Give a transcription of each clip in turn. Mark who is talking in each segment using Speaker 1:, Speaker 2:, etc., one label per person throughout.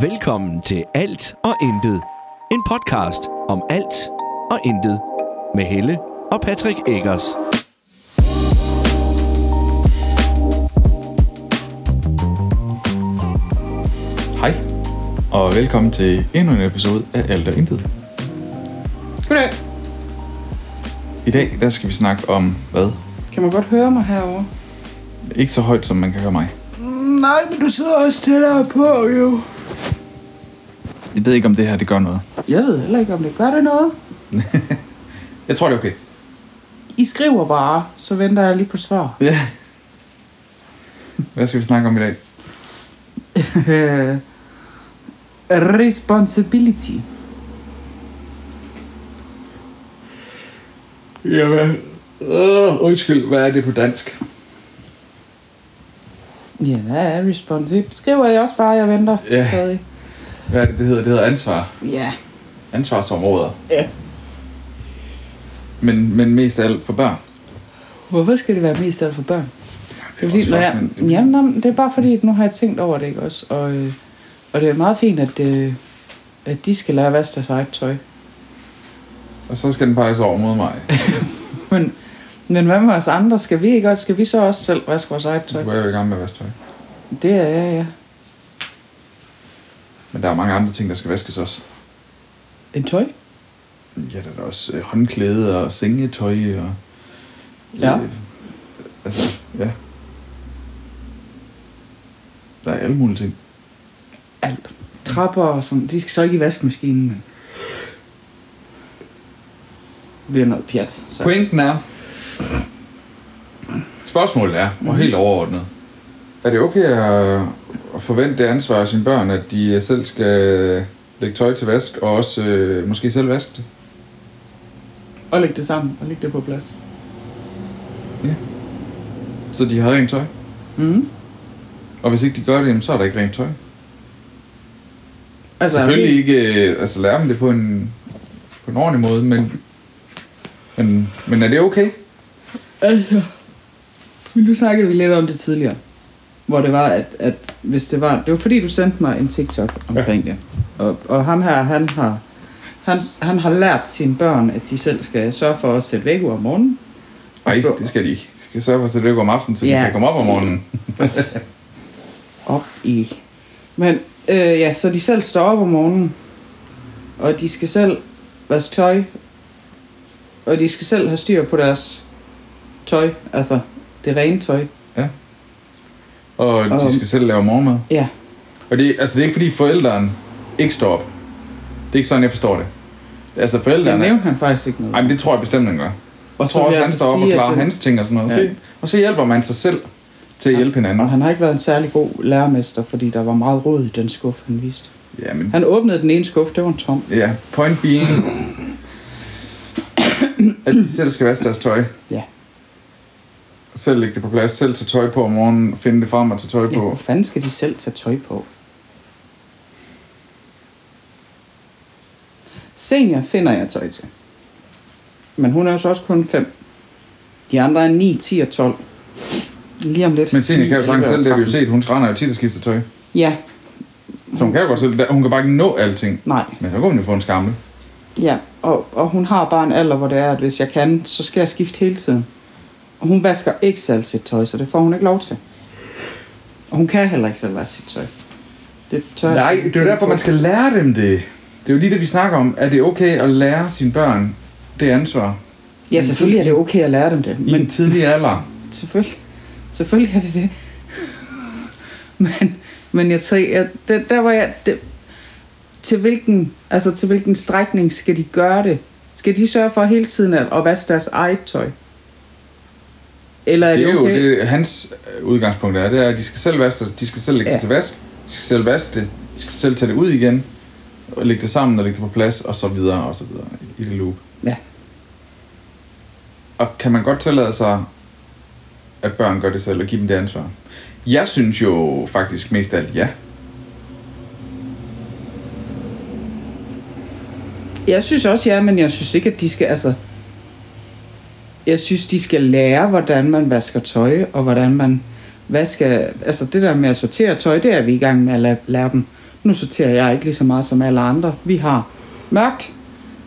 Speaker 1: Velkommen til Alt og Intet. En podcast om alt og intet. Med Helle og Patrick Eggers.
Speaker 2: Hej, og velkommen til endnu en episode af Alt og Intet.
Speaker 3: Goddag.
Speaker 2: I dag der skal vi snakke om hvad?
Speaker 3: Kan man godt høre mig herovre?
Speaker 2: Ikke så højt, som man kan høre mig.
Speaker 3: Nej, men du sidder også tættere på, jo.
Speaker 2: Jeg ved ikke, om det her det gør noget.
Speaker 3: Jeg ved heller ikke, om det gør det noget.
Speaker 2: Jeg tror, det er okay.
Speaker 3: I skriver bare, så venter jeg lige på svar.
Speaker 2: Ja. Hvad skal vi snakke om i dag?
Speaker 3: Responsibility.
Speaker 2: Jamen, øh, undskyld, hvad er det på dansk?
Speaker 3: Ja, hvad er responsibility? Skriver jeg også bare, jeg venter
Speaker 2: Ja.
Speaker 3: stadig.
Speaker 2: Hvad er det, det hedder? Det hedder ansvar.
Speaker 3: Ja.
Speaker 2: Ansvarsområder.
Speaker 3: Ja.
Speaker 2: Men, men mest af alt for børn.
Speaker 3: Hvorfor skal det være mest af alt for børn? Det er,
Speaker 2: også
Speaker 3: fordi, når
Speaker 2: flot,
Speaker 3: jeg,
Speaker 2: men-
Speaker 3: jamen, jamen, det er bare fordi, at nu har jeg tænkt over det, ikke også? Og, øh, og det er meget fint, at, øh, at de skal lære at vaske deres eget tøj.
Speaker 2: Og så skal den peges over mod mig.
Speaker 3: Men, men hvad med os andre? Skal vi ikke også? Skal vi så også selv vaske vores eget tøj?
Speaker 2: Du er jo i gang med at vaske tøj.
Speaker 3: Det er jeg, ja.
Speaker 2: Men der er mange andre ting, der skal vaskes også.
Speaker 3: En tøj?
Speaker 2: Ja, der er da også øh, håndklæde og sengetøj og...
Speaker 3: Ja.
Speaker 2: Øh, altså, ja. Der er alle mulige ting.
Speaker 3: Alt. Trapper og sådan. De skal så ikke i vaskemaskinen, men... Det bliver noget pjat. Så.
Speaker 2: Pointen er... Spørgsmålet er, og helt overordnet. Er det okay at, at forvente det ansvar af sine børn, at de selv skal lægge tøj til vask, og også øh, måske selv vaske det?
Speaker 3: Og læg det sammen, og læg det på plads.
Speaker 2: Så de har rent tøj? Mhm.
Speaker 3: Mm.
Speaker 2: Og hvis ikke de gør det, jamen, så er der ikke rent tøj.
Speaker 3: Altså,
Speaker 2: Altså, Selvfølgelig ikke øh, altså, lære dem det på en, på en ordentlig måde, men, men, men er det okay?
Speaker 3: Altså, men nu snakkede vi lidt om det tidligere. Hvor det var, at, at hvis det var... Det var fordi, du sendte mig en TikTok omkring ja. det. Og, og ham her, han har, han, han har lært sine børn, at de selv skal sørge for at sætte væk om morgenen.
Speaker 2: Nej, det skal de ikke. De skal sørge for, at det lykker om aftenen, så
Speaker 3: Ja.
Speaker 2: de kan komme op om morgenen.
Speaker 3: op i. Men øh, ja, så de selv står op om morgenen, og de skal selv vaske tøj, og de skal selv have styr på deres tøj, altså det rene tøj.
Speaker 2: Og
Speaker 3: Og-
Speaker 2: de skal selv lave morgenmad.
Speaker 3: Ja,
Speaker 2: Og det, altså, det er ikke, fordi forældrene ikke står op. Det er ikke sådan, jeg forstår det. Altså
Speaker 3: det
Speaker 2: forældrene...
Speaker 3: nævnte han faktisk ikke noget.
Speaker 2: Ej, men det tror jeg bestemt, han gør.
Speaker 3: og
Speaker 2: Jeg tror
Speaker 3: vil
Speaker 2: også, han
Speaker 3: jeg altså
Speaker 2: står op og
Speaker 3: sige, at
Speaker 2: klarer
Speaker 3: det-
Speaker 2: hans ting og sådan noget.
Speaker 3: Ja.
Speaker 2: Ja. Og så hjælper man sig selv til at hjælpe hinanden.
Speaker 3: Og han har ikke været en særlig god lærermester, fordi der var meget rød i den skuffe, han viste.
Speaker 2: Ja, men...
Speaker 3: Han åbnede den ene skuffe, det var en tom.
Speaker 2: Ja, point being... at de selv skal vaske deres tøj.
Speaker 3: Ja,
Speaker 2: Selv lægge det på plads, selv tage tøj på om morgenen, finde det frem og tage tøj
Speaker 3: ja
Speaker 2: på.
Speaker 3: hvor fanden skal de selv tage tøj på? Senior finder jeg tøj til. Men hun er jo så også kun 5. De andre er 9, 10 og 12. Lige om lidt.
Speaker 2: Men Signe kan jo
Speaker 3: 9,
Speaker 2: sagtens
Speaker 3: 11
Speaker 2: selv,
Speaker 3: og
Speaker 2: det har vi jo
Speaker 3: 13.
Speaker 2: set, hun skrænder jo tit og skifter tøj.
Speaker 3: Ja,
Speaker 2: Så hun kan jo godt selv, hun kan bare ikke nå alting.
Speaker 3: nej.
Speaker 2: Men så kan hun jo få en skamme.
Speaker 3: Ja, og, og hun har bare en alder, hvor det er, at hvis jeg kan, så skal jeg skifte hele tiden. Og hun vasker ikke selv sit tøj, så det får hun ikke lov til. Og hun kan heller ikke selv vaske sit tøj. Det tør jeg
Speaker 2: Nej,
Speaker 3: slet ikke
Speaker 2: det er jo
Speaker 3: tænke
Speaker 2: derfor,
Speaker 3: på.
Speaker 2: man skal lære dem det. Det er jo lige det, vi snakker om. Er det okay at lære sine børn det ansvar
Speaker 3: Ja, selvfølgelig er det okay at lære dem det.
Speaker 2: i en
Speaker 3: Men
Speaker 2: tidlig alder?
Speaker 3: selvfølgelig, selvfølgelig er det det. men, men jeg tænker, at det, der var jeg... Det, til hvilken, altså til hvilken strækning skal de gøre det? Skal de sørge for hele tiden at, at vaske deres eget tøj? Eller er
Speaker 2: Det
Speaker 3: det,
Speaker 2: er jo
Speaker 3: okay?
Speaker 2: det, hans øh, udgangspunkt er, det er, at de skal selv vaske det, de skal selv lægge det
Speaker 3: Ja.
Speaker 2: til vask, de skal selv vaske det, de skal selv tage det ud igen, og lægge det sammen og lægge det på plads, og så videre og så videre i det loop.
Speaker 3: Ja.
Speaker 2: Og kan man godt tillade sig, at børn gør det selv, og give dem det ansvar? Jeg synes jo faktisk mest af alt ja.
Speaker 3: Jeg synes også, ja, men jeg synes ikke, at de skal, altså... Jeg synes, de skal lære, hvordan man vasker tøj, og hvordan man vasker... Altså, det der med at sortere tøj, det er vi i gang med at la- lære dem. Nu sorterer jeg ikke lige så meget som alle andre. Vi har mørkt,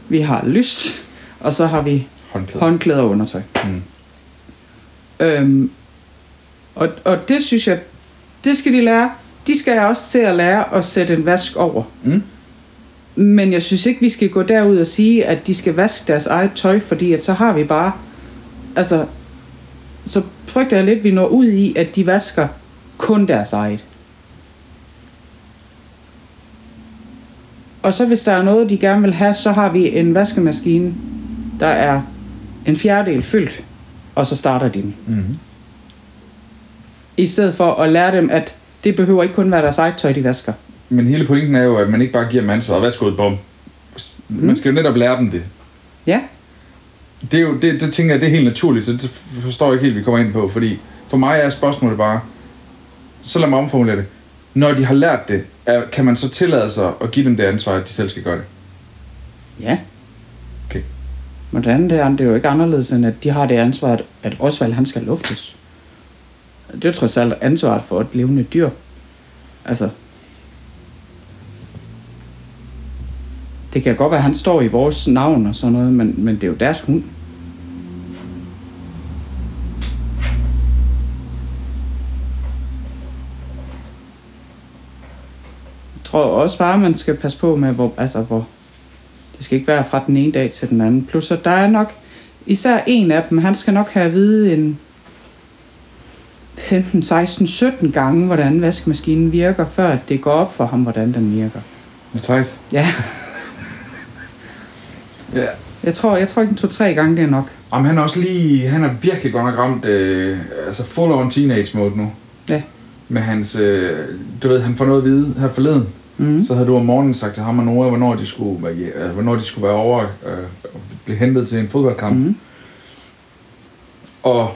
Speaker 3: vi har lyst, og så har vi
Speaker 2: Håndklæde.
Speaker 3: håndklæder og undertøj.
Speaker 2: Mm.
Speaker 3: Øhm, og, og det synes jeg, det skal de lære. De skal også til at lære at sætte en vask over.
Speaker 2: Mm.
Speaker 3: Men jeg synes ikke, vi skal gå derud og sige, at de skal vaske deres eget tøj, fordi at så har vi bare... Altså, så frygter jeg lidt, at vi når ud i, at de vasker kun deres eget. Og så hvis der er noget, de gerne vil have, så har vi en vaskemaskine, der er en fjerdedel fyldt, og så starter de den.
Speaker 2: Mm-hmm.
Speaker 3: I stedet for at lære dem, at det behøver ikke kun være deres eget tøj, de vasker.
Speaker 2: Men hele pointen er jo, at man ikke bare giver dem ansvaret. Værsgo, bom. Man skal jo netop lære dem det.
Speaker 3: Ja,
Speaker 2: Det, er jo, det, det tænker jeg, det er helt naturligt, så det forstår jeg ikke helt, vi kommer ind på. Fordi for mig er spørgsmålet bare, så lad mig omformulere det. Når de har lært det, er, kan man så tillade sig at give dem det ansvar, at de selv skal gøre det?
Speaker 3: ja.
Speaker 2: Okay.
Speaker 3: Hvordan det er, det er jo ikke anderledes, end at de har det ansvar, at- at Osvald han skal luftes. Det er trods alt ansvaret for et levende dyr. Altså, det kan godt være, at han står i vores navn og sådan noget, men, men det er jo deres hund. Jeg tror også bare, man skal passe på med, hvor, altså, hvor, det skal ikke være fra den ene dag til den anden. Plus, at der er nok, især en af dem, han skal nok have at vide en 15, 16, 17 gange, hvordan vaskemaskinen virker, før at det går op for ham, hvordan den virker.
Speaker 2: Det er træt.
Speaker 3: Ja,
Speaker 2: Ja.
Speaker 3: jeg tror, jeg tror ikke, en to-tre gange det er nok.
Speaker 2: Jamen, han er også lige, han er virkelig godt nok ramt, øh, altså full on teenage mode nu.
Speaker 3: Ja.
Speaker 2: Med hans, øh, du ved, han får noget at vide her forleden.
Speaker 3: Mm.
Speaker 2: Så havde du om morgenen sagt til ham og Nora, hvornår de skulle, være- ja, øh, hvornår de skulle være over øh, og blive hentet til en fodboldkamp.
Speaker 3: Mhm.
Speaker 2: Og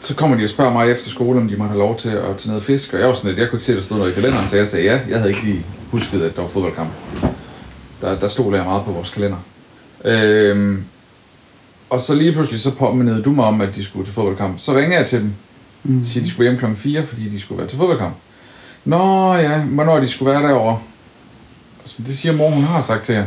Speaker 2: så kommer de og spørger mig efter skole, om de måtte have lov til at tage noget fisk. Og jeg var sådan lidt, jeg kunne ikke se, at der stod noget i kalenderen, så jeg sagde ja. Jeg havde ikke lige husket, at der var fodboldkamp. Der, der stod jeg meget på vores kalender. Øhm, og så lige pludselig så påmindede du mig om, at de skulle til fodboldkamp. Så ringede jeg til dem. Mm. Sige, at de skulle hjem klokken 4, fordi de skulle være til fodboldkamp. Nå ja, hvornår de skulle være derovre. Så Det siger mor, hun har sagt til jer.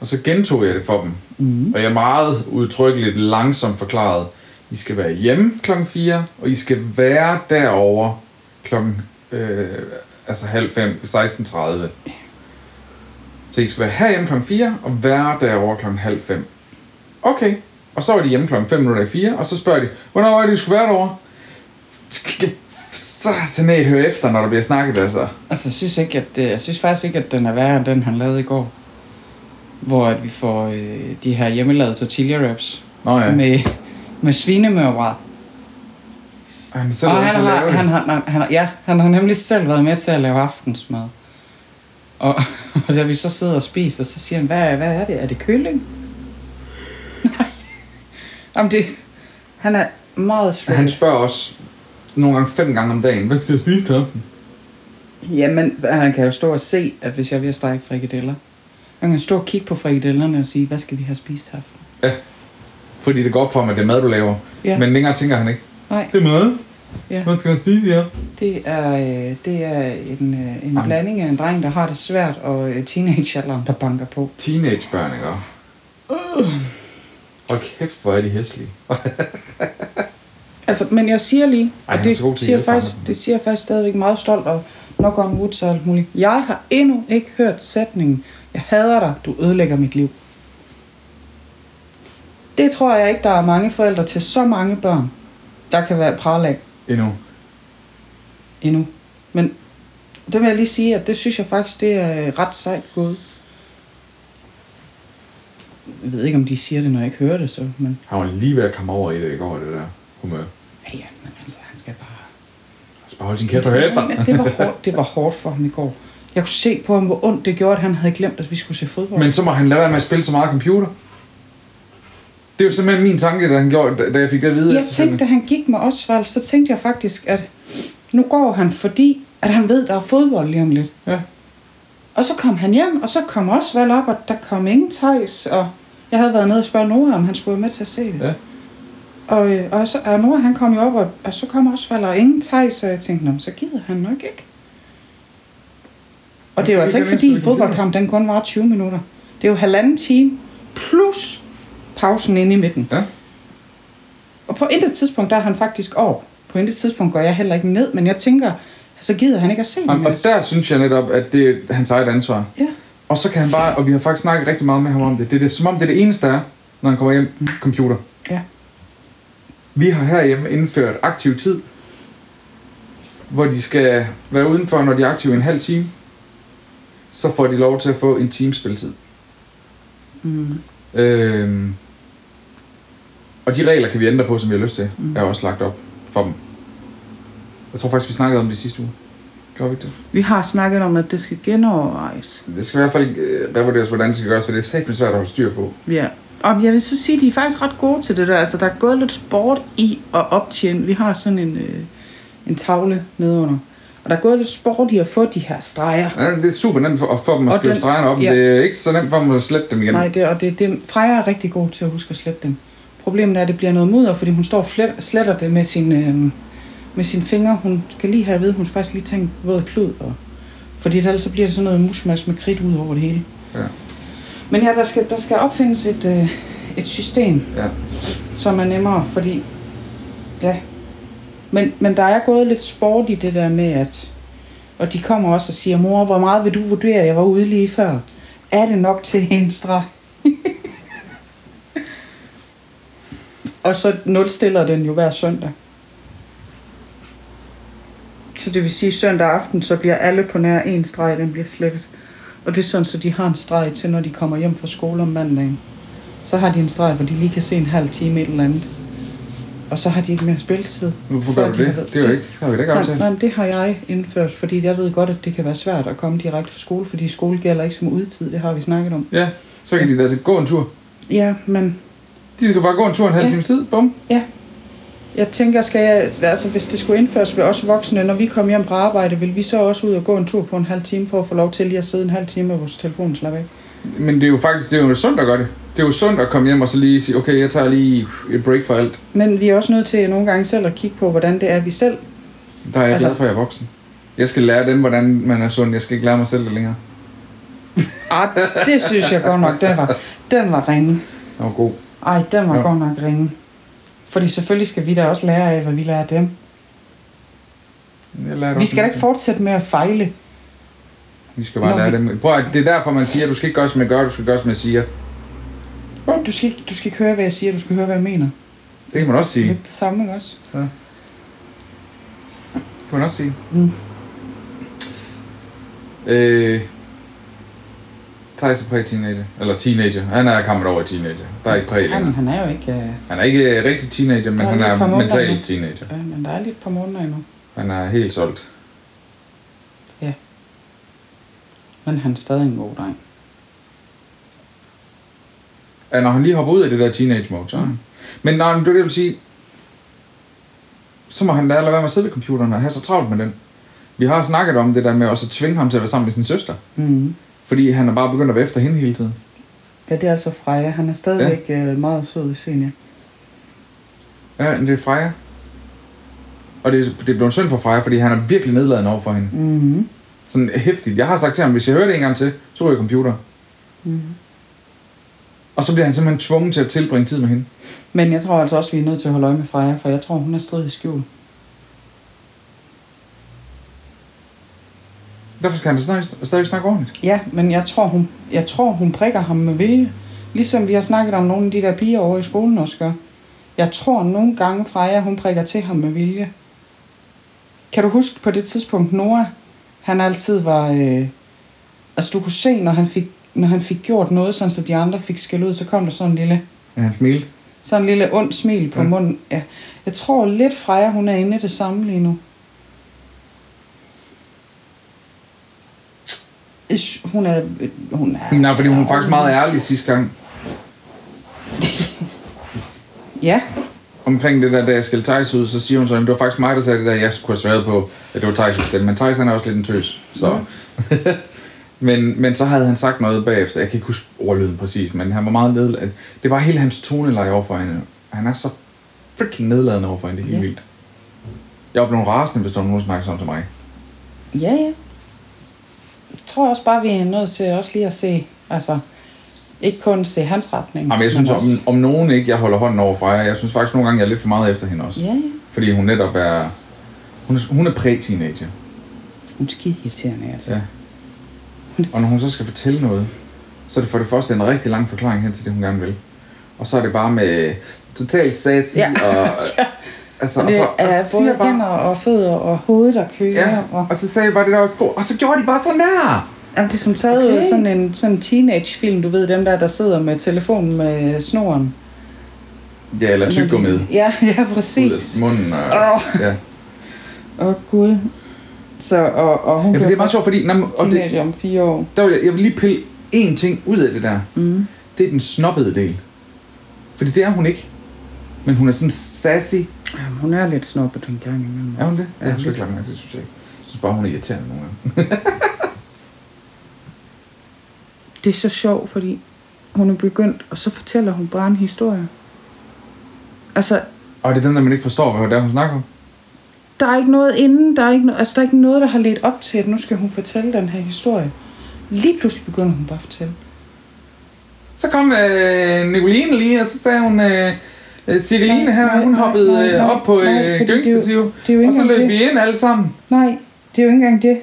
Speaker 2: Og så gentog jeg det for dem. Mm. Og jeg meget udtrykkeligt langsomt forklarede, I skal være hjemme klokken 4, og I skal være derover klokken øh, altså halv 5, 16.30. Så I skal være herhjemme klokken 4, og være derover klokken halv 5. Okay. Og så var de hjemme klokken 5 minutter i 4, og så spørger de, hvornår var det, du skulle være derovre? Så til at høre efter, når der bliver snakket, altså.
Speaker 3: Altså, jeg synes, ikke, at, det- jeg synes faktisk ikke, at den er værre end den, han lavede i går. Hvor at vi får øh, de her hjemmelavede tortilla wraps
Speaker 2: Nå ja.
Speaker 3: med, med svinemørbrad.
Speaker 2: Han er selv
Speaker 3: Og
Speaker 2: nødt til
Speaker 3: han
Speaker 2: at
Speaker 3: har,
Speaker 2: lave det.
Speaker 3: han, har, han, han, har, ja, han har nemlig selv været med til at lave aftensmad. Og, og da vi så sidder og spiser, så siger han, hvad, er- hvad er det? Er det kylling? Nej. Jamen det, han er meget sløv.
Speaker 2: Han spørger også nogle gange fem gange om dagen, hvad skal jeg spise til aften?
Speaker 3: Jamen, han kan jo stå og se, at hvis jeg er ved at stege frikadeller, han kan stå og kigge på frikadellerne og sige, hvad skal vi have spist her?
Speaker 2: Ja, fordi det går op for ham, at det er mad, du laver.
Speaker 3: Ja.
Speaker 2: Ja. Men længere tænker han ikke.
Speaker 3: Nej,
Speaker 2: Det er mad.
Speaker 3: ja.
Speaker 2: Hvad skal jeg spise, ja?
Speaker 3: Det er, øh, det er en, øh, en
Speaker 2: Jamen.
Speaker 3: blanding af en dreng, der har det svært, og øh, teenagealderen, der banker på.
Speaker 2: Teenagebørn, ikke? Øh. Hold kæft, hvor er de hæslige.
Speaker 3: Altså, men jeg siger lige,
Speaker 2: Ej,
Speaker 3: og
Speaker 2: han er
Speaker 3: det,
Speaker 2: så god til at
Speaker 3: siger jeg
Speaker 2: hjælpe
Speaker 3: faktisk,
Speaker 2: andre.
Speaker 3: det siger jeg faktisk stadigvæk meget stolt, og nok on woods og alt muligt. Jeg har endnu ikke hørt sætningen, jeg hader dig, du ødelægger mit liv. Det tror jeg ikke, der er mange forældre til så mange børn, der kan være pralag
Speaker 2: Endnu.
Speaker 3: endnu. Men det vil jeg lige sige, at det synes jeg faktisk, det er øh, ret sejt gået. Jeg ved ikke, om de siger det, når jeg ikke hører det, så, men
Speaker 2: Han var lige ved at komme over i det i går, det der humør.
Speaker 3: ja, ja, men altså, han skal bare...
Speaker 2: Så bare hold sin kæft og hør efter.
Speaker 3: Men det var, hårdt, det var hårdt for ham i går. Jeg kunne se på ham, hvor ondt det gjorde, at han havde glemt, at vi skulle se fodbold.
Speaker 2: Men så må han lade være med at spille så meget computer. Det er jo simpelthen min tanke, da, han gjorde, da- da jeg fik det at vide.
Speaker 3: jeg tænkte,
Speaker 2: efterfølgende.
Speaker 3: da han gik med Osvald, så tænkte jeg faktisk, at nu går han, fordi at han ved, der er fodbold lige om lidt.
Speaker 2: Ja.
Speaker 3: Og så kom han hjem, og så kom Osvald op, og der kom ingen Thijs, og jeg havde været nede og spørge Nora, om han skulle være med til at se det.
Speaker 2: Ja.
Speaker 3: Og, øh, og, så, og Nora, han kom jo op, og, og så kom Osvald og ingen Thijs, og jeg tænkte, "Nå, men så gider han nok ikke. Og det er jo altså ikke fordi en fodboldkamp den kun var 20 minutter. Det er jo halvanden time plus pausen inde i midten.
Speaker 2: Ja.
Speaker 3: Og på intet tidspunkt der er han faktisk over. På intet tidspunkt går jeg heller ikke ned, men jeg tænker, så gider han ikke at se mig.
Speaker 2: Jamen, og der synes jeg netop, at det er hans eget ansvar.
Speaker 3: Ja.
Speaker 2: Og så kan han bare, og vi har faktisk snakket rigtig meget med ham om det, det er det, som om det er det eneste der er, når han kommer hjem, computer.
Speaker 3: Ja.
Speaker 2: Vi har herhjemme indført aktiv tid, hvor de skal være udenfor, når de er aktive i en halv time. Så får de lov til at få en times spilletid.
Speaker 3: Mm.
Speaker 2: Øhm, og de regler kan vi ændre på, som vi har lyst til. Mm. Jeg har også lagt op for dem. Jeg tror faktisk, vi snakkede om det i sidste uge. Gjorde vi ikke det?
Speaker 3: Vi har snakket om, at det skal genovervejes.
Speaker 2: Det skal i hvert fald øh, revurderes, hvordan det skal gøres, for det er sæt svært at holde styr på.
Speaker 3: Ja. Og jeg vil så sige, at de er faktisk ret gode til det der. Altså, der er gået lidt sport i at optjene. Vi har sådan en, øh, en tavle nedenunder. Og der er gået lidt sport i at få de her streger.
Speaker 2: Ja, det er super nemt for, at få dem at
Speaker 3: Og
Speaker 2: skrive
Speaker 3: den-
Speaker 2: stregerne op. Ja.
Speaker 3: ja.
Speaker 2: Det er ikke så nemt for dem at slette dem igen.
Speaker 3: Nej, det, og det, det, Freja er rigtig god til at huske at slette dem. Problemet er, at det bliver noget mudder, fordi hun står og flet, sletter det med sin, øh, med sine fingre. Hun skal lige have at vide, at hun skal faktisk lige tage en våd klud. Og, fordi ellers så bliver det sådan noget musmas med kridt ud over det hele.
Speaker 2: Ja.
Speaker 3: Men her, der skal, der skal opfindes et, øh, et system,
Speaker 2: Ja.
Speaker 3: som er nemmere, fordi... Ja. Men, men der er gået lidt sport i det der med, at... Og de kommer også og siger, mor, hvor meget vil du vurdere, jeg var ude lige før? Er det nok til en streg? og så nulstiller den jo hver søndag. Så det vil sige, at søndag aften, så bliver alle på nær en streg, den bliver slettet. Og det er sådan, så de har en streg til, når de kommer hjem fra skole om mandagen. Så har de en streg, hvor de lige kan se en halv time et eller andet. Og så har de ikke mere spilletid.
Speaker 2: Hvorfor
Speaker 3: før
Speaker 2: gør du
Speaker 3: de
Speaker 2: det?
Speaker 3: har-
Speaker 2: Det er jo ikke, har vi da ikke
Speaker 3: Nej,
Speaker 2: aftalt.
Speaker 3: nej, men det har jeg indført, fordi jeg ved godt, at det kan være svært at komme direkte fra skole, fordi skole gælder ikke som udtid, det har vi snakket om.
Speaker 2: Ja, så kan de da til gå en tur.
Speaker 3: Ja, men
Speaker 2: De skal bare gå en tur en halv
Speaker 3: Ja.
Speaker 2: times tid. Bum.
Speaker 3: ja. Jeg tænker, skal jeg, altså, hvis det skulle indføres ved os voksne, når vi kom hjem fra arbejde, vil vi så også ud og gå en tur på en halv time for at få lov til lige at sidde en halv time og vores telefon slappe af?
Speaker 2: Men det er jo faktisk det er jo sundt at gøre det. Det er jo sundt at komme hjem og så lige sige, okay, jeg tager lige et break for alt.
Speaker 3: Men vi er også nødt til nogle gange selv at kigge på, hvordan det er, vi selv
Speaker 2: Der er jeg
Speaker 3: Altså-
Speaker 2: glad for, at jeg er voksen. Jeg skal lære dem, hvordan man er sund. Jeg skal ikke lære mig selv det længere.
Speaker 3: Ah, det synes jeg godt nok, den var, den var ringe.
Speaker 2: Det var god.
Speaker 3: Ej, den var
Speaker 2: Ja.
Speaker 3: ja. godt nok ringe. Fordi selvfølgelig skal vi da også lære af, hvad vi lærer af dem.
Speaker 2: Jeg lærer
Speaker 3: Vi skal da ikke fortsætte med at fejle.
Speaker 2: Vi skal bare
Speaker 3: Nå,
Speaker 2: lære
Speaker 3: vi-
Speaker 2: dem. Prøv at, det er derfor, man siger, at du skal ikke gøre, som jeg gør, du skal gøre, som jeg siger.
Speaker 3: Du skal, ikke, du skal ikke høre, hvad jeg siger, du skal høre, hvad jeg mener.
Speaker 2: Det kan man også sige.
Speaker 3: Lidt det samme, ikke også?
Speaker 2: Det kan man også sige.
Speaker 3: Mm.
Speaker 2: Øh, Thijs er præ-teenager. Eller teenager. Han er kommet over i teenager. Der er ikke præ
Speaker 3: Jamen,
Speaker 2: længere.
Speaker 3: han er jo ikke... Øh,
Speaker 2: Han er ikke øh, rigtig teenager, men
Speaker 3: Der er
Speaker 2: han
Speaker 3: lige et par
Speaker 2: er
Speaker 3: måneder
Speaker 2: mental
Speaker 3: nu.
Speaker 2: teenager.
Speaker 3: ja, øh, men der er lige et par måneder endnu.
Speaker 2: Han er helt solgt.
Speaker 3: Men han er stadig en god dreng.
Speaker 2: Ja, når han lige hopper ud af det der teenage mode, så er han-
Speaker 3: Mm.
Speaker 2: Men nej, men det er det, jeg vil sige. Så må han da lade være med at sidde ved computeren og have så travlt med den. Vi har snakket om det der med også at tvinge ham til at være sammen med sin søster.
Speaker 3: Mm.
Speaker 2: Fordi han er bare begyndt at være efter hende hele tiden.
Speaker 3: Ja, det er altså Freja. Han er stadigvæk ja. øh, meget sød i senior.
Speaker 2: Ja, men det er Freja. Og det, det er blevet synd for Freja, fordi han er virkelig nedladende over for hende.
Speaker 3: Mm.
Speaker 2: Sådan hæftigt. Jeg har sagt til ham, hvis jeg hører det en gang til, så ryger jeg computer.
Speaker 3: Mm.
Speaker 2: Og så bliver han simpelthen tvunget til at tilbringe tid med hende.
Speaker 3: Men jeg tror altså også, vi er nødt til at holde øje med Freja, for jeg tror, hun er strid i skjul.
Speaker 2: Derfor skal han da stadig, stadig snakke ordentligt.
Speaker 3: Ja, men jeg tror, hun, jeg tror, hun prikker ham med vilje. Ligesom vi har snakket om nogle af de der piger over i skolen også gør. Jeg tror nogle gange, Freja, hun prikker til ham med vilje. Kan du huske på det tidspunkt, Nora, han altid var... Øh, altså, du kunne se, når han fik, når han fik gjort noget, sådan, så de andre fik skæld ud, så kom der sådan en lille,
Speaker 2: Ja, han smilte.
Speaker 3: sådan en lille ond smil på
Speaker 2: Ja.
Speaker 3: ja. munden. Ja. Jeg tror lidt, Freja, hun er inde i det samme lige nu. Ish, Hun er, hun er...
Speaker 2: Nej, fordi hun var faktisk meget ærlig sidste gang
Speaker 3: Ja,
Speaker 2: omkring det der, da jeg skældte Thijs ud, så siger hun så, at det var faktisk mig, der sagde det der, jeg kunne have sværet på, at det var Thijs' stemme. Men Thijs han er også lidt en tøs, så... men, men så havde han sagt noget bagefter. Jeg kan ikke huske ordlyden præcis, men han var meget nedladende. Det var hele hans toneleje overfor hende. Han er så freaking nedladende overfor hende, det er helt
Speaker 3: Ja.
Speaker 2: vildt.
Speaker 3: Mm.
Speaker 2: Jeg er blevet rasende, hvis der var nogen, der snakkede sådan til mig.
Speaker 3: ja, ja. Jeg tror også bare, vi er nødt til også lige at se, altså, ikke kun se hans retning.
Speaker 2: Jamen, jeg synes
Speaker 3: men
Speaker 2: om, om nogen ikke, jeg holder hånden over Freja. Jeg synes faktisk nogle gange, jeg er lidt for meget efter hende også.
Speaker 3: Ja, ja.
Speaker 2: Fordi hun netop er... Hun er, hun er præ-teenager.
Speaker 3: Hun er skide irriterende, altså.
Speaker 2: Ja. Og når hun så skal fortælle noget, så er det for det første en rigtig lang forklaring hen til det, hun gerne vil. Og så er det bare med total sassy
Speaker 3: Ja.
Speaker 2: og... Altså, og
Speaker 3: Det
Speaker 2: så,
Speaker 3: er
Speaker 2: og så siger
Speaker 3: både
Speaker 2: jeg bare,
Speaker 3: hænder og fødder og hovedet, der kører.
Speaker 2: Ja,
Speaker 3: Og,
Speaker 2: og så sagde jeg bare det der også sko, og så gjorde de bare sådan der.
Speaker 3: jamen, det er som taget ud af
Speaker 2: Okay.
Speaker 3: sådan en sådan en teenagefilm, du ved, dem der, der sidder med telefonen med snoren.
Speaker 2: Ja, eller tykker med.
Speaker 3: Ja, ja,
Speaker 2: Ud
Speaker 3: præcis.
Speaker 2: af munden. Og,
Speaker 3: Åh.
Speaker 2: ja.
Speaker 3: Åh, oh, gud. Så, og, og hun
Speaker 2: ja, for det er
Speaker 3: bliver
Speaker 2: meget sjovt, fordi... Nå, men- og det,
Speaker 3: teenager om fire år.
Speaker 2: der vil jeg, jeg vil lige pille én ting ud af det der. Mm. Det er den snobbede del. Fordi det er hun ikke. Men hun er sådan sassy.
Speaker 3: Jamen, hun er lidt snobbet en gang imellem.
Speaker 2: Er hun det? Det
Speaker 3: Ja,
Speaker 2: er jeg sgu
Speaker 3: lidt.
Speaker 2: ikke lagt mærke til, synes jeg ikke. Jeg synes bare, hun er irriterende nogle gange.
Speaker 3: Det er så sjovt, fordi hun er begyndt, og så fortæller hun bare en historie. Altså,
Speaker 2: Og det er dem, der man ikke forstår, hvad det er, hun snakker om.
Speaker 3: der er ikke noget inden, der er ikke, no- altså, der er ikke noget, der har ledt op til, at nu skal hun fortælle den her historie. Lige pludselig begynder hun bare at fortælle.
Speaker 2: Så kom øh, Nicoline lige, og så sagde hun... Øh, øh, Cirkeline
Speaker 3: Nej,
Speaker 2: her,
Speaker 3: nej,
Speaker 2: hun
Speaker 3: nej,
Speaker 2: hoppede
Speaker 3: nej,
Speaker 2: øh,
Speaker 3: nej,
Speaker 2: op på
Speaker 3: nej,
Speaker 2: øh,
Speaker 3: fordi det er jo-
Speaker 2: gyngestativ,
Speaker 3: det er jo ikke
Speaker 2: og så
Speaker 3: engang
Speaker 2: løb
Speaker 3: det.
Speaker 2: vi ind alle sammen.
Speaker 3: Nej, det er jo ikke engang det.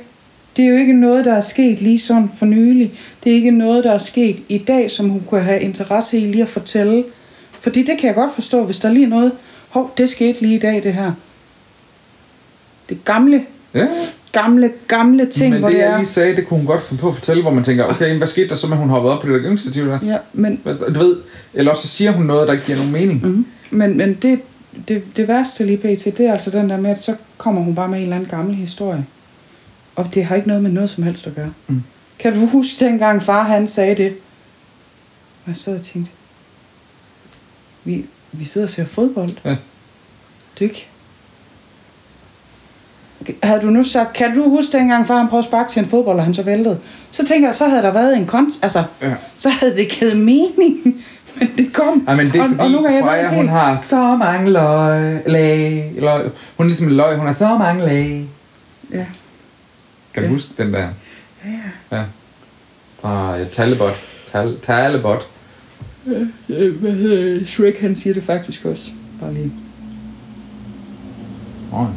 Speaker 3: Det er jo ikke noget, der er sket lige sådan for nylig. Det er ikke noget, der er sket i dag, som hun kunne have interesse i lige at fortælle. Fordi det kan jeg godt forstå, hvis der lige er noget, hov, det skete lige i dag, det her. Det gamle,
Speaker 2: Ja,
Speaker 3: gamle, gamle ting,
Speaker 2: men
Speaker 3: hvor
Speaker 2: det
Speaker 3: det
Speaker 2: jeg
Speaker 3: er...
Speaker 2: lige sagde, det kunne hun godt finde på at fortælle, hvor man tænker, okay, hvad skete der så med, at hun hoppede op på det der gyngestativ der?
Speaker 3: Ja, men,
Speaker 2: Altså, Du ved, eller også så siger hun noget, der ikke giver nogen mening.
Speaker 3: mm, men, men det, det, det værste lige pt, det er altså den der med, at så kommer hun bare med en eller anden gammel historie. Og det har ikke noget med noget som helst at gøre.
Speaker 2: Mm.
Speaker 3: Kan du huske dengang far han sagde det? Og jeg sad og tænkte, vi, vi sidder og ser fodbold.
Speaker 2: Ja.
Speaker 3: Det er ikke... Havde du nu sagt, kan du huske dengang far han prøvede at sparke til en fodbold, og han så væltede? Så tænker jeg, så havde der været en kont... Altså,
Speaker 2: Ja.
Speaker 3: så havde det givet mening. Men det kom.
Speaker 2: Ej, men det er
Speaker 3: og,
Speaker 2: fordi,
Speaker 3: og nu kan jeg bare
Speaker 2: Freja,
Speaker 3: ikke
Speaker 2: hun
Speaker 3: helt-
Speaker 2: har så mange løg, lag, løg. Hun er ligesom en løg, hun har så mange lag.
Speaker 3: Ja.
Speaker 2: Kan du
Speaker 3: Ja.
Speaker 2: huske den der?
Speaker 3: Ja, ja.
Speaker 2: Ja. Fra uh, Talebot. Tal, Talebot.
Speaker 3: Øh, Hvad hedder det? Shrek, han siger det faktisk også. Bare lige.
Speaker 2: Oh,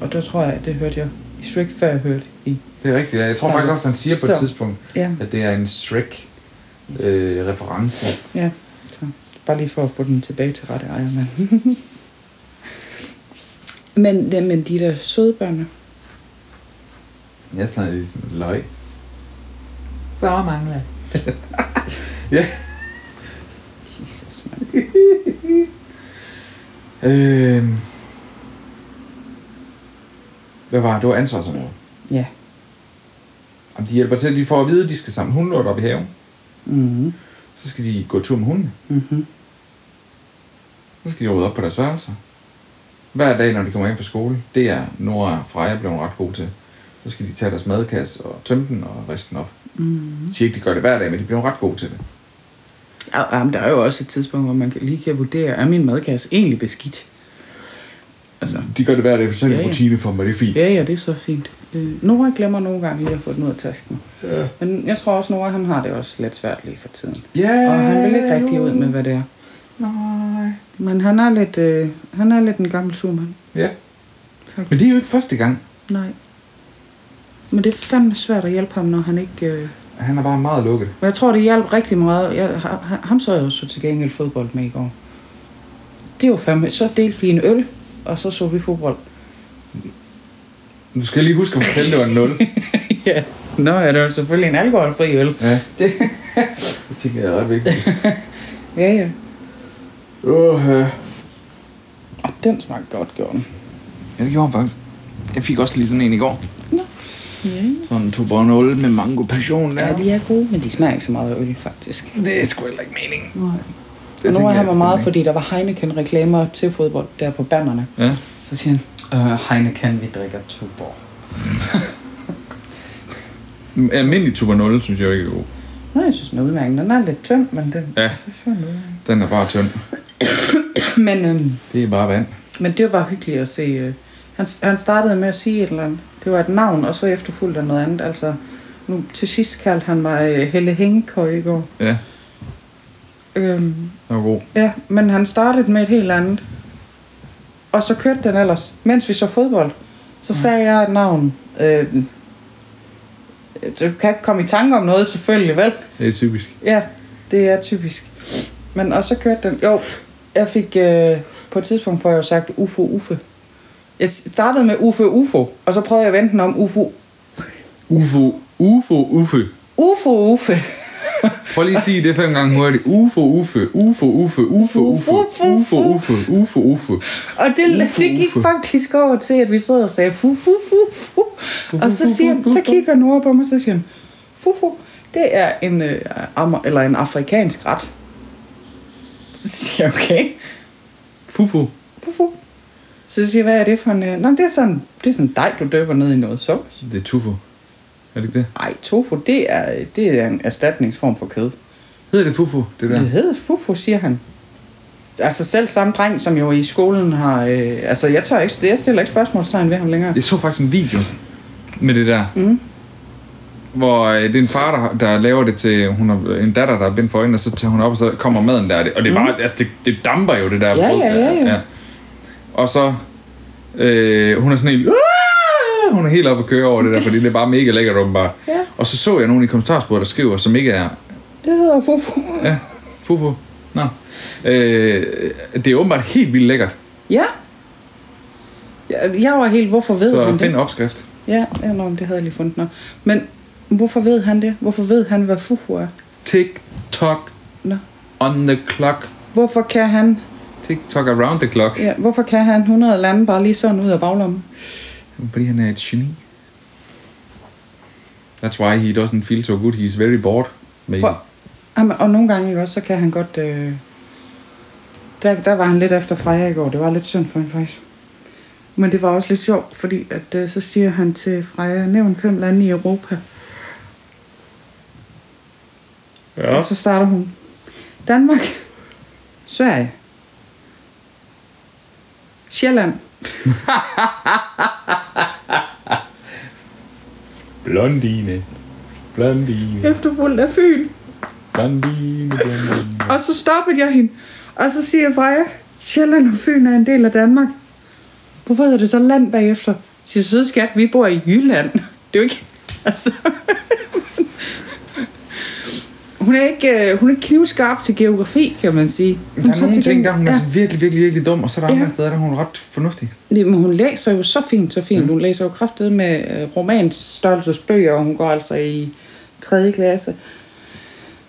Speaker 3: Og der tror jeg, at det hørte jeg i Shrek, før jeg hørte i.
Speaker 2: det er rigtigt. ja. Jeg tror
Speaker 3: Så-
Speaker 2: faktisk også, han siger på et
Speaker 3: så-
Speaker 2: tidspunkt,
Speaker 3: Ja.
Speaker 2: at det er en øh, Shrek-reference.
Speaker 3: Ja, så bare lige for at få den tilbage til rette ejer, men... men, ja, men de der søde børn,
Speaker 2: Jeg snakker lige sådan løg. Så mange lag. ja.
Speaker 3: Jesus, mand.
Speaker 2: Øhm. Hvad var det? Det var ansvarsområdet.
Speaker 3: Ja.
Speaker 2: Jamen, de hjælper til, de får at vide, at de skal samle hundelort op i haven.
Speaker 3: Mm-hmm.
Speaker 2: Så skal de gå tur med hundene.
Speaker 3: Mm-hmm.
Speaker 2: Så skal de rydde op på deres værelser. Hver dag, når de kommer hjem fra skole, det er Nora og Freja blevet ret gode til. Så skal de tage deres madkasse og tømme den og riste den op.
Speaker 3: Mm-hmm.
Speaker 2: Mm. De siger ikke, de gør det hver dag, men de bliver ret gode til det.
Speaker 3: Ja, ja, men der er jo også et tidspunkt, hvor man kan- lige kan vurdere, er min madkasse egentlig beskidt? Altså,
Speaker 2: De gør det hver dag, for så er det
Speaker 3: Ja,
Speaker 2: en
Speaker 3: ja.
Speaker 2: rutine for mig, det er fint.
Speaker 3: ja, ja, det er så fint. Øh, Nora glemmer nogle gange lige at få den ud af tasken.
Speaker 2: Ja,
Speaker 3: Men jeg tror også, Nora han har det også lidt svært lige for tiden.
Speaker 2: ja
Speaker 3: Og han vil ikke rigtig ud med, hvad det er.
Speaker 2: Øh, Nej.
Speaker 3: Men han er lidt, øh, han er lidt en gammel surmand.
Speaker 2: Ja,
Speaker 3: Faktisk.
Speaker 2: men det er jo ikke første gang.
Speaker 3: Nej. Men det er fandme svært at hjælpe ham, når han ikke... Øh...
Speaker 2: Han er bare meget lukket.
Speaker 3: Men jeg tror, det hjalp rigtig meget. Jeg, ha- ha- ham så jeg jo så til gengæld fodbold med i går. Det var fandme... Så delte vi en øl, og så så vi fodbold.
Speaker 2: Du skal lige huske at fortælle, det var en 0.
Speaker 3: ja. Nå, ja, det var selvfølgelig en alkoholfri øl.
Speaker 2: ja,
Speaker 3: Det...
Speaker 2: det tænker jeg er ret vigtigt.
Speaker 3: ja, ja.
Speaker 2: Åh, ja.
Speaker 3: Og den smagte godt, gjorde den.
Speaker 2: Ja, det gjorde han faktisk. Jeg fik også lige sådan en i går.
Speaker 3: Nå. Ja.
Speaker 2: Sådan en tuborg med mango passion der.
Speaker 3: Ja, de er gode, men de smager ikke så meget af øl, faktisk.
Speaker 2: Det er sgu heller ikke meningen.
Speaker 3: Nej.
Speaker 2: Det
Speaker 3: Og nu
Speaker 2: tænker
Speaker 3: er
Speaker 2: jeg
Speaker 3: han var meget,
Speaker 2: bestemt
Speaker 3: fordi der var Heineken-reklamer til fodbold der på bannerne.
Speaker 2: ikke. Ja.
Speaker 3: Så siger han, øh, Heineken, vi drikker Tuborg.
Speaker 2: Almindelig Tuber 0, synes jeg jo ikke er god.
Speaker 3: Nå, jeg synes, den er udmærket. Den er lidt tynd, men den...
Speaker 2: Ja.
Speaker 3: Jeg synes, den er udmærket.
Speaker 2: Den er bare tynd.
Speaker 3: Men, øhm,
Speaker 2: Det er bare vand.
Speaker 3: men det var hyggeligt at se. Øh, han, han startede med at sige et eller andet. Det var et navn, og så efterfulgt af noget andet. Altså, nu til sidst kaldte han mig øh, Helle Hængekøj i går.
Speaker 2: Ja,
Speaker 3: Øhm,
Speaker 2: den var god.
Speaker 3: ja, men han startede med et helt andet. Og så kørte den ellers. Mens vi så fodbold, så sagde jeg et navn. Øh, du kan ikke komme i tanke om noget, selvfølgelig, vel?
Speaker 2: Det er typisk.
Speaker 3: Ja, det er typisk. Men og så kørte den... Jo, jeg fik... Øh, på et tidspunkt får jeg jo sagt UFO, UFO. Jeg startede med UFO, UFO, og så prøvede jeg at vente den om UFO,
Speaker 2: UFO, UFO, UFO.
Speaker 3: UFO, UFO.
Speaker 2: Prøv lige at sige det fem gange hurtigt. UFO, UFO, UFO, UFO, UFO, UFO, UFO, UFO, UFO, UFO.
Speaker 3: Og det,
Speaker 2: Ufo,
Speaker 3: UFO, det gik
Speaker 2: ufo.
Speaker 3: UFO. faktisk over til, at vi sidder og sagde fu, fu, fu, fu. Og
Speaker 2: fu,
Speaker 3: så, siger,
Speaker 2: fu, fu,
Speaker 3: så
Speaker 2: fu.
Speaker 3: kigger Nora på mig, og så siger hun, fu, fu, det er en, øh, amer, eller en afrikansk ret. Så siger jeg, okay.
Speaker 2: Fufo.
Speaker 3: Fu, fu. Så siger jeg, hvad er det for en... øh, Nå, det er sådan, det er sådan dej, du døber ned i noget sovs.
Speaker 2: Det er tufo. Er det ikke det?
Speaker 3: Ej, tofu, det er, øh, det er en erstatningsform for kød.
Speaker 2: Hedder det fufo, det
Speaker 3: Ja.
Speaker 2: der?
Speaker 3: Det hedder fufu, siger han. Altså selv samme dreng, som jo i skolen har... Øh, altså jeg tør ikke... Jeg stiller ikke spørgsmålstegn ved ham længere.
Speaker 2: Jeg så faktisk en video med det der. Mm. Hvor øh, det er en far, der, der laver det til hun har en datter, der er bindt for øjnene, og så tager hun op, og så kommer maden der. Og det er bare, mm. altså, det, det damper jo, det der
Speaker 3: Ja,
Speaker 2: brød.
Speaker 3: ja, ja,
Speaker 2: der.
Speaker 3: ja.
Speaker 2: Og så, øh, hun er sådan helt, "Aah!" hun er helt oppe at køre over det der, fordi det er bare mega lækkert, åbenbart.
Speaker 3: Ja.
Speaker 2: Og så så jeg nogen i kommentarsporet, der skriver, som ikke er
Speaker 3: Det hedder fufu.
Speaker 2: Ja, fufu. Nå. Øh, det er åbenbart helt vildt lækkert.
Speaker 3: Ja. Jeg, jeg var helt... Hvorfor ved
Speaker 2: Så
Speaker 3: han
Speaker 2: find
Speaker 3: det?
Speaker 2: opskrift.
Speaker 3: Ja, ja nå, men det havde jeg lige fundet. Nå. Men hvorfor ved han det? Hvorfor ved han, hvad fufu er?
Speaker 2: Tick tock
Speaker 3: Nå.
Speaker 2: on the clock.
Speaker 3: Hvorfor kan han...
Speaker 2: Tick tock around the clock.
Speaker 3: Ja, hvorfor kan han 100 lande bare lige sådan ud af baglommen?
Speaker 2: Fordi han er et geni. That's why he doesn't feel so good. He's very bored. Maybe.
Speaker 3: Prøv. Jamen, og nogle gange ikke også, så kan han godt... Øh... Der, der var han lidt efter Freja i går. Det var lidt synd for hende faktisk. Men det var også lidt sjovt, fordi at, øh, så siger han til Freja, nævn fem lande i Europa. Ja. Og så starter hun. Danmark, Sverige, Sjælland.
Speaker 2: Blondine. Blondine.
Speaker 3: Efterfulgt af Fyn.
Speaker 2: Blondine. blondine.
Speaker 3: Og så stoppede jeg hende. Og så siger Freja, Sjælland og Fyn er en del af Danmark. Hvorfor hedder det så land bagefter? Siger søde skat, vi bor i Jylland. Det er jo ikke... Altså... hun, er ikke, øh, hun er ikke knivskarp til geografi, kan man sige.
Speaker 2: Der er
Speaker 3: så
Speaker 2: nogle
Speaker 3: til
Speaker 2: ting,
Speaker 3: gengæld-
Speaker 2: der hun er
Speaker 3: ja.
Speaker 2: så virkelig, virkelig, virkelig dum, og så er der
Speaker 3: Ja.
Speaker 2: andre steder, der hun er ret fornuftig.
Speaker 3: Det, men hun læser jo så fint, så fint. Hun læser jo kraftet med øh, romanstørrelsesbøger, og hun går altså i 3. klasse.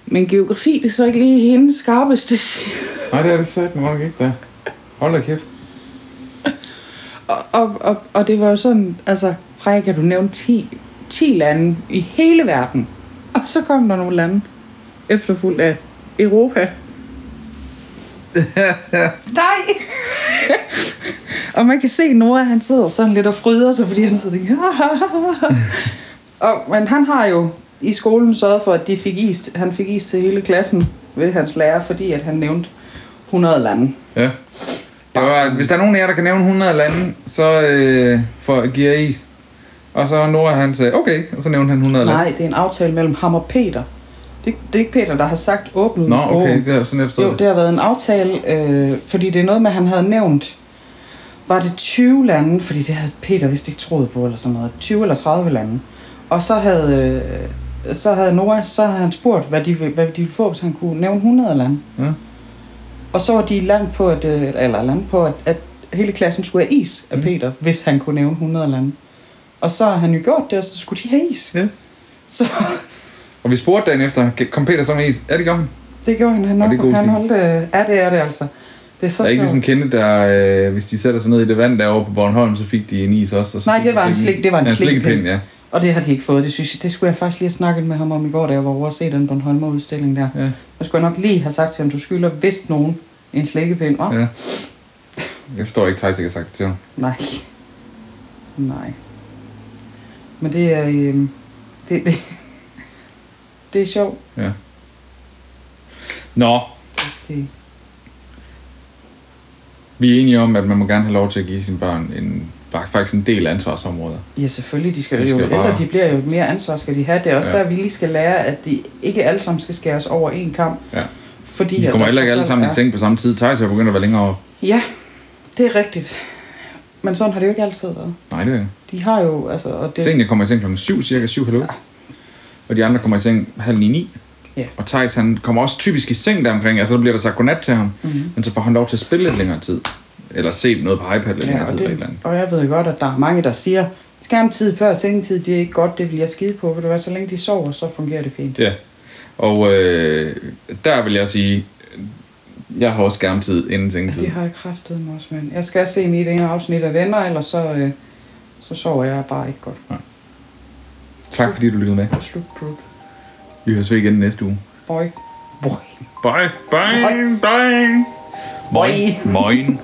Speaker 3: Men geografi, det er så ikke lige hendes skarpeste side.
Speaker 2: Nej, det er det sagt, men ikke der. Hold da kæft.
Speaker 3: Og, og, og, og det var jo sådan, altså, Freja, kan du nævne 10, 10 lande i hele verden? Og så kom der nogle lande, efterfulgt af Europa. Nej! og man kan se, Nora, han sidder sådan lidt og fryder sig, fordi han sidder der. og, men han har jo i skolen sørget for, at de fik is, han fik is til hele klassen ved hans lærer, fordi at han nævnte 100 lande.
Speaker 2: Ja. Der var, hvis der er nogen af jer, der kan nævne 100 lande, så øh, for, giver jeg is. Og så Nora, han sagde, okay, og så nævnte han 100 lande.
Speaker 3: Nej, det er en aftale mellem ham og Peter. Det, det er ikke Peter, der har sagt åbnet
Speaker 2: Nå,
Speaker 3: forum.
Speaker 2: okay, det er sådan efter.
Speaker 3: Jo, det har været en aftale, øh, fordi det er noget med, at han havde nævnt, var det 20 lande, fordi det havde Peter vist ikke troet på, eller sådan noget, 20 eller 30 lande. Og så havde, øh, så havde Nora, så havde han spurgt, hvad de, vil- hvad de ville få, hvis han kunne nævne 100 lande.
Speaker 2: Ja.
Speaker 3: Og så var de land på, at, øh, eller land på, at, at hele klassen skulle have is
Speaker 2: Mm.
Speaker 3: af Peter, hvis han kunne nævne 100 lande. Og så har han jo gjort det, og så skulle de have is.
Speaker 2: Ja.
Speaker 3: Så
Speaker 2: Og vi spurgte dagen efter, kom Peter så med is? Ja, det gør han.
Speaker 3: det gjorde han, han,
Speaker 2: Og det er god
Speaker 3: op, han
Speaker 2: tid.
Speaker 3: holdt, øh, ja, det er det altså. Det er så
Speaker 2: Der er ikke
Speaker 3: sjovt.
Speaker 2: ligesom kende, der, øh, hvis de sætter sig ned i det vand derovre på Bornholm, så fik de en is også. Og så
Speaker 3: Nej,
Speaker 2: fik
Speaker 3: det
Speaker 2: de
Speaker 3: var en
Speaker 2: fik is.
Speaker 3: slik- det var en
Speaker 2: ja,
Speaker 3: slikkepind.
Speaker 2: ja.
Speaker 3: Og det har de ikke fået, det synes jeg. Det skulle jeg faktisk lige have snakket med ham om i går, da jeg var over og se den Bornholmer-udstilling der.
Speaker 2: Ja.
Speaker 3: Jeg skulle jeg nok lige have sagt til ham, du skylder vist nogen en slikkepind. Oh, ja.
Speaker 2: ja. Jeg forstår ikke, Tejtik har sagt det til ham.
Speaker 3: Nej. Nej. Men det er... Øh, det, det, det er sjovt.
Speaker 2: Ja. Nå,
Speaker 3: Det skal...
Speaker 2: vi er enige om, at man må gerne have lov til at give sine børn en var faktisk en del ansvarsområder.
Speaker 3: Ja, selvfølgelig. De skal,
Speaker 2: De
Speaker 3: de
Speaker 2: skal
Speaker 3: skal jo
Speaker 2: bare-
Speaker 3: ældre de bliver, jo mere ansvar skal de have. Det er også
Speaker 2: Ja.
Speaker 3: ja. der, vi lige skal lære, at de ikke alle sammen skal skæres over en kamp.
Speaker 2: Ja.
Speaker 3: Fordi
Speaker 2: De
Speaker 3: at
Speaker 2: kommer
Speaker 3: der
Speaker 2: heller ikke
Speaker 3: trods
Speaker 2: alle
Speaker 3: alt
Speaker 2: sammen i
Speaker 3: er-
Speaker 2: seng på samme tid. Thijs er begyndt at være længere over.
Speaker 3: Ja, det er rigtigt. Men sådan har det jo ikke altid været.
Speaker 2: Nej, det er ikke.
Speaker 3: De har jo, altså... Og det,
Speaker 2: Senior kommer i seng klokken 7, cirka 7 halv otte. Og de andre kommer i seng halv 9, 9.
Speaker 3: Ja.
Speaker 2: Og Thijs, han kommer også typisk i seng deromkring, altså der bliver der sagt godnat til ham, mm-hmm.
Speaker 3: Mhm.
Speaker 2: men så får han lov til at spille lidt længere tid. Eller se noget på iPad lidt
Speaker 3: ja,
Speaker 2: længere
Speaker 3: og,
Speaker 2: tid. eller et eller
Speaker 3: det,
Speaker 2: andet.
Speaker 3: og jeg ved godt, at der er mange, der siger, skærmtid før sengetid, det er ikke godt, det vil jeg skide på. Ved du hvad, så længe de sover, så fungerer det fint.
Speaker 2: Ja. Og øh, der vil jeg sige, jeg har også skærmtid inden sengetid.
Speaker 3: Det har jeg kraftet mig også, mand. Jeg skal se mit ene afsnit af Venner, ellers så, øh, så sover jeg bare ikke godt.
Speaker 2: Tak fordi du lyttede med.
Speaker 3: Slut, brut.
Speaker 2: Vi høres ved igen næste uge.
Speaker 3: Boy. Boy.
Speaker 2: Bye, bye, bye. Moin. Moin.